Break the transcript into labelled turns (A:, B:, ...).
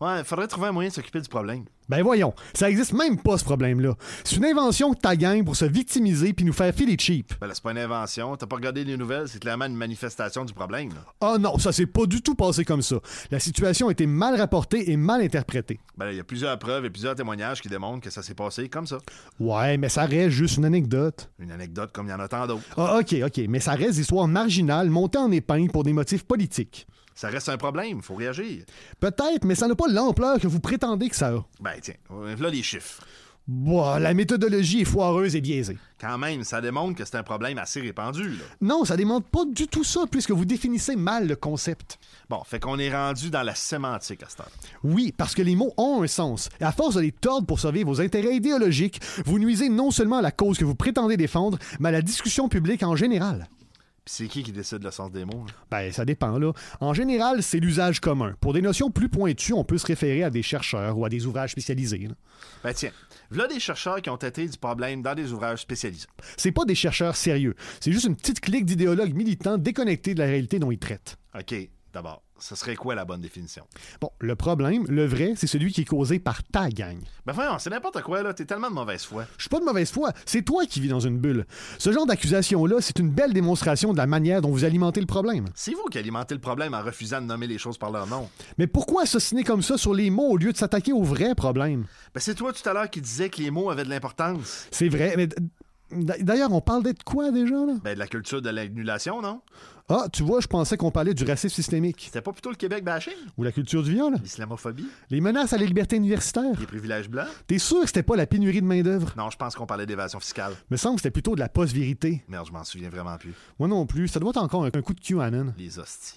A: Ouais, faudrait trouver un moyen de s'occuper du problème.
B: Ben voyons, ça existe même pas ce problème-là. C'est une invention de ta gang pour se victimiser puis nous faire filer cheap.
A: Ben là, c'est pas une invention. T'as pas regardé les nouvelles, c'est clairement une manifestation du problème. là.
B: Ah non, ça s'est pas du tout passé comme ça. La situation a été mal rapportée et mal interprétée.
A: Ben là, il y a plusieurs preuves et plusieurs témoignages qui démontrent que ça s'est passé comme ça.
B: Ouais, mais ça reste juste une anecdote.
A: Une anecdote comme il y en a tant d'autres.
B: Ah ok, ok, mais ça reste histoire marginale montée en épingle pour des motifs politiques.
A: Ça reste un problème, faut réagir.
B: Peut-être, mais ça n'a pas l'ampleur que vous prétendez que ça a.
A: Ben tiens, là les chiffres.
B: Boah, la méthodologie est foireuse et biaisée.
A: Quand même, ça démontre que c'est un problème assez répandu. là.
B: Non, ça démontre pas du tout ça puisque vous définissez mal le concept.
A: Bon, fait qu'on est rendu dans la sémantique à cette heure.
B: Oui, parce que les mots ont un sens. Et à force de les tordre pour sauver vos intérêts idéologiques, vous nuisez non seulement à la cause que vous prétendez défendre, mais à la discussion publique en général.
A: Puis c'est qui qui décide le sens des mots? là?
B: Ben, ça dépend, là. En général, c'est l'usage commun. Pour des notions plus pointues, on peut se référer à des chercheurs ou à des ouvrages spécialisés. là.
A: Ben tiens, voilà des chercheurs qui ont traité du problème dans des ouvrages spécialisés.
B: C'est pas des chercheurs sérieux. C'est juste une petite clique d'idéologues militants déconnectés de la réalité dont ils traitent.
A: OK, d'abord, ce serait quoi la bonne définition?
B: Bon, le problème, le vrai, c'est celui qui est causé par ta gang.
A: Ben voyons, c'est n'importe quoi, là. T'es tellement de mauvaise foi.
B: Je suis pas de mauvaise foi, c'est toi qui vis dans une bulle. Ce genre d'accusation-là, c'est une belle démonstration de la manière dont vous alimentez le problème.
A: C'est vous qui alimentez le problème en refusant de nommer les choses par leur nom.
B: Mais pourquoi assassiner comme ça sur les mots au lieu de s'attaquer au vrai problème?
A: Ben c'est toi tout à l'heure qui disais que les mots avaient de l'importance.
B: C'est vrai, mais d- d'ailleurs, on parlait de quoi déjà, là?
A: Ben de la culture de l'annulation, non?
B: Ah, tu vois, je pensais qu'on parlait du racisme systémique,
A: C'était pas plutôt le Québec bashing?
B: ou la culture du viol,
A: L'islamophobie?
B: les menaces à la liberté universitaire.
A: Les privilèges blancs?
B: T'es sûr que c'était pas la pénurie de main-d'œuvre?
A: Non, je pense qu'on parlait d'évasion fiscale.
B: Me semble que c'était plutôt de la post-vérité.
A: Merde, je m'en souviens vraiment plus.
B: Moi non plus, ça doit être encore un, un coup de QAnon.
A: Les hosties.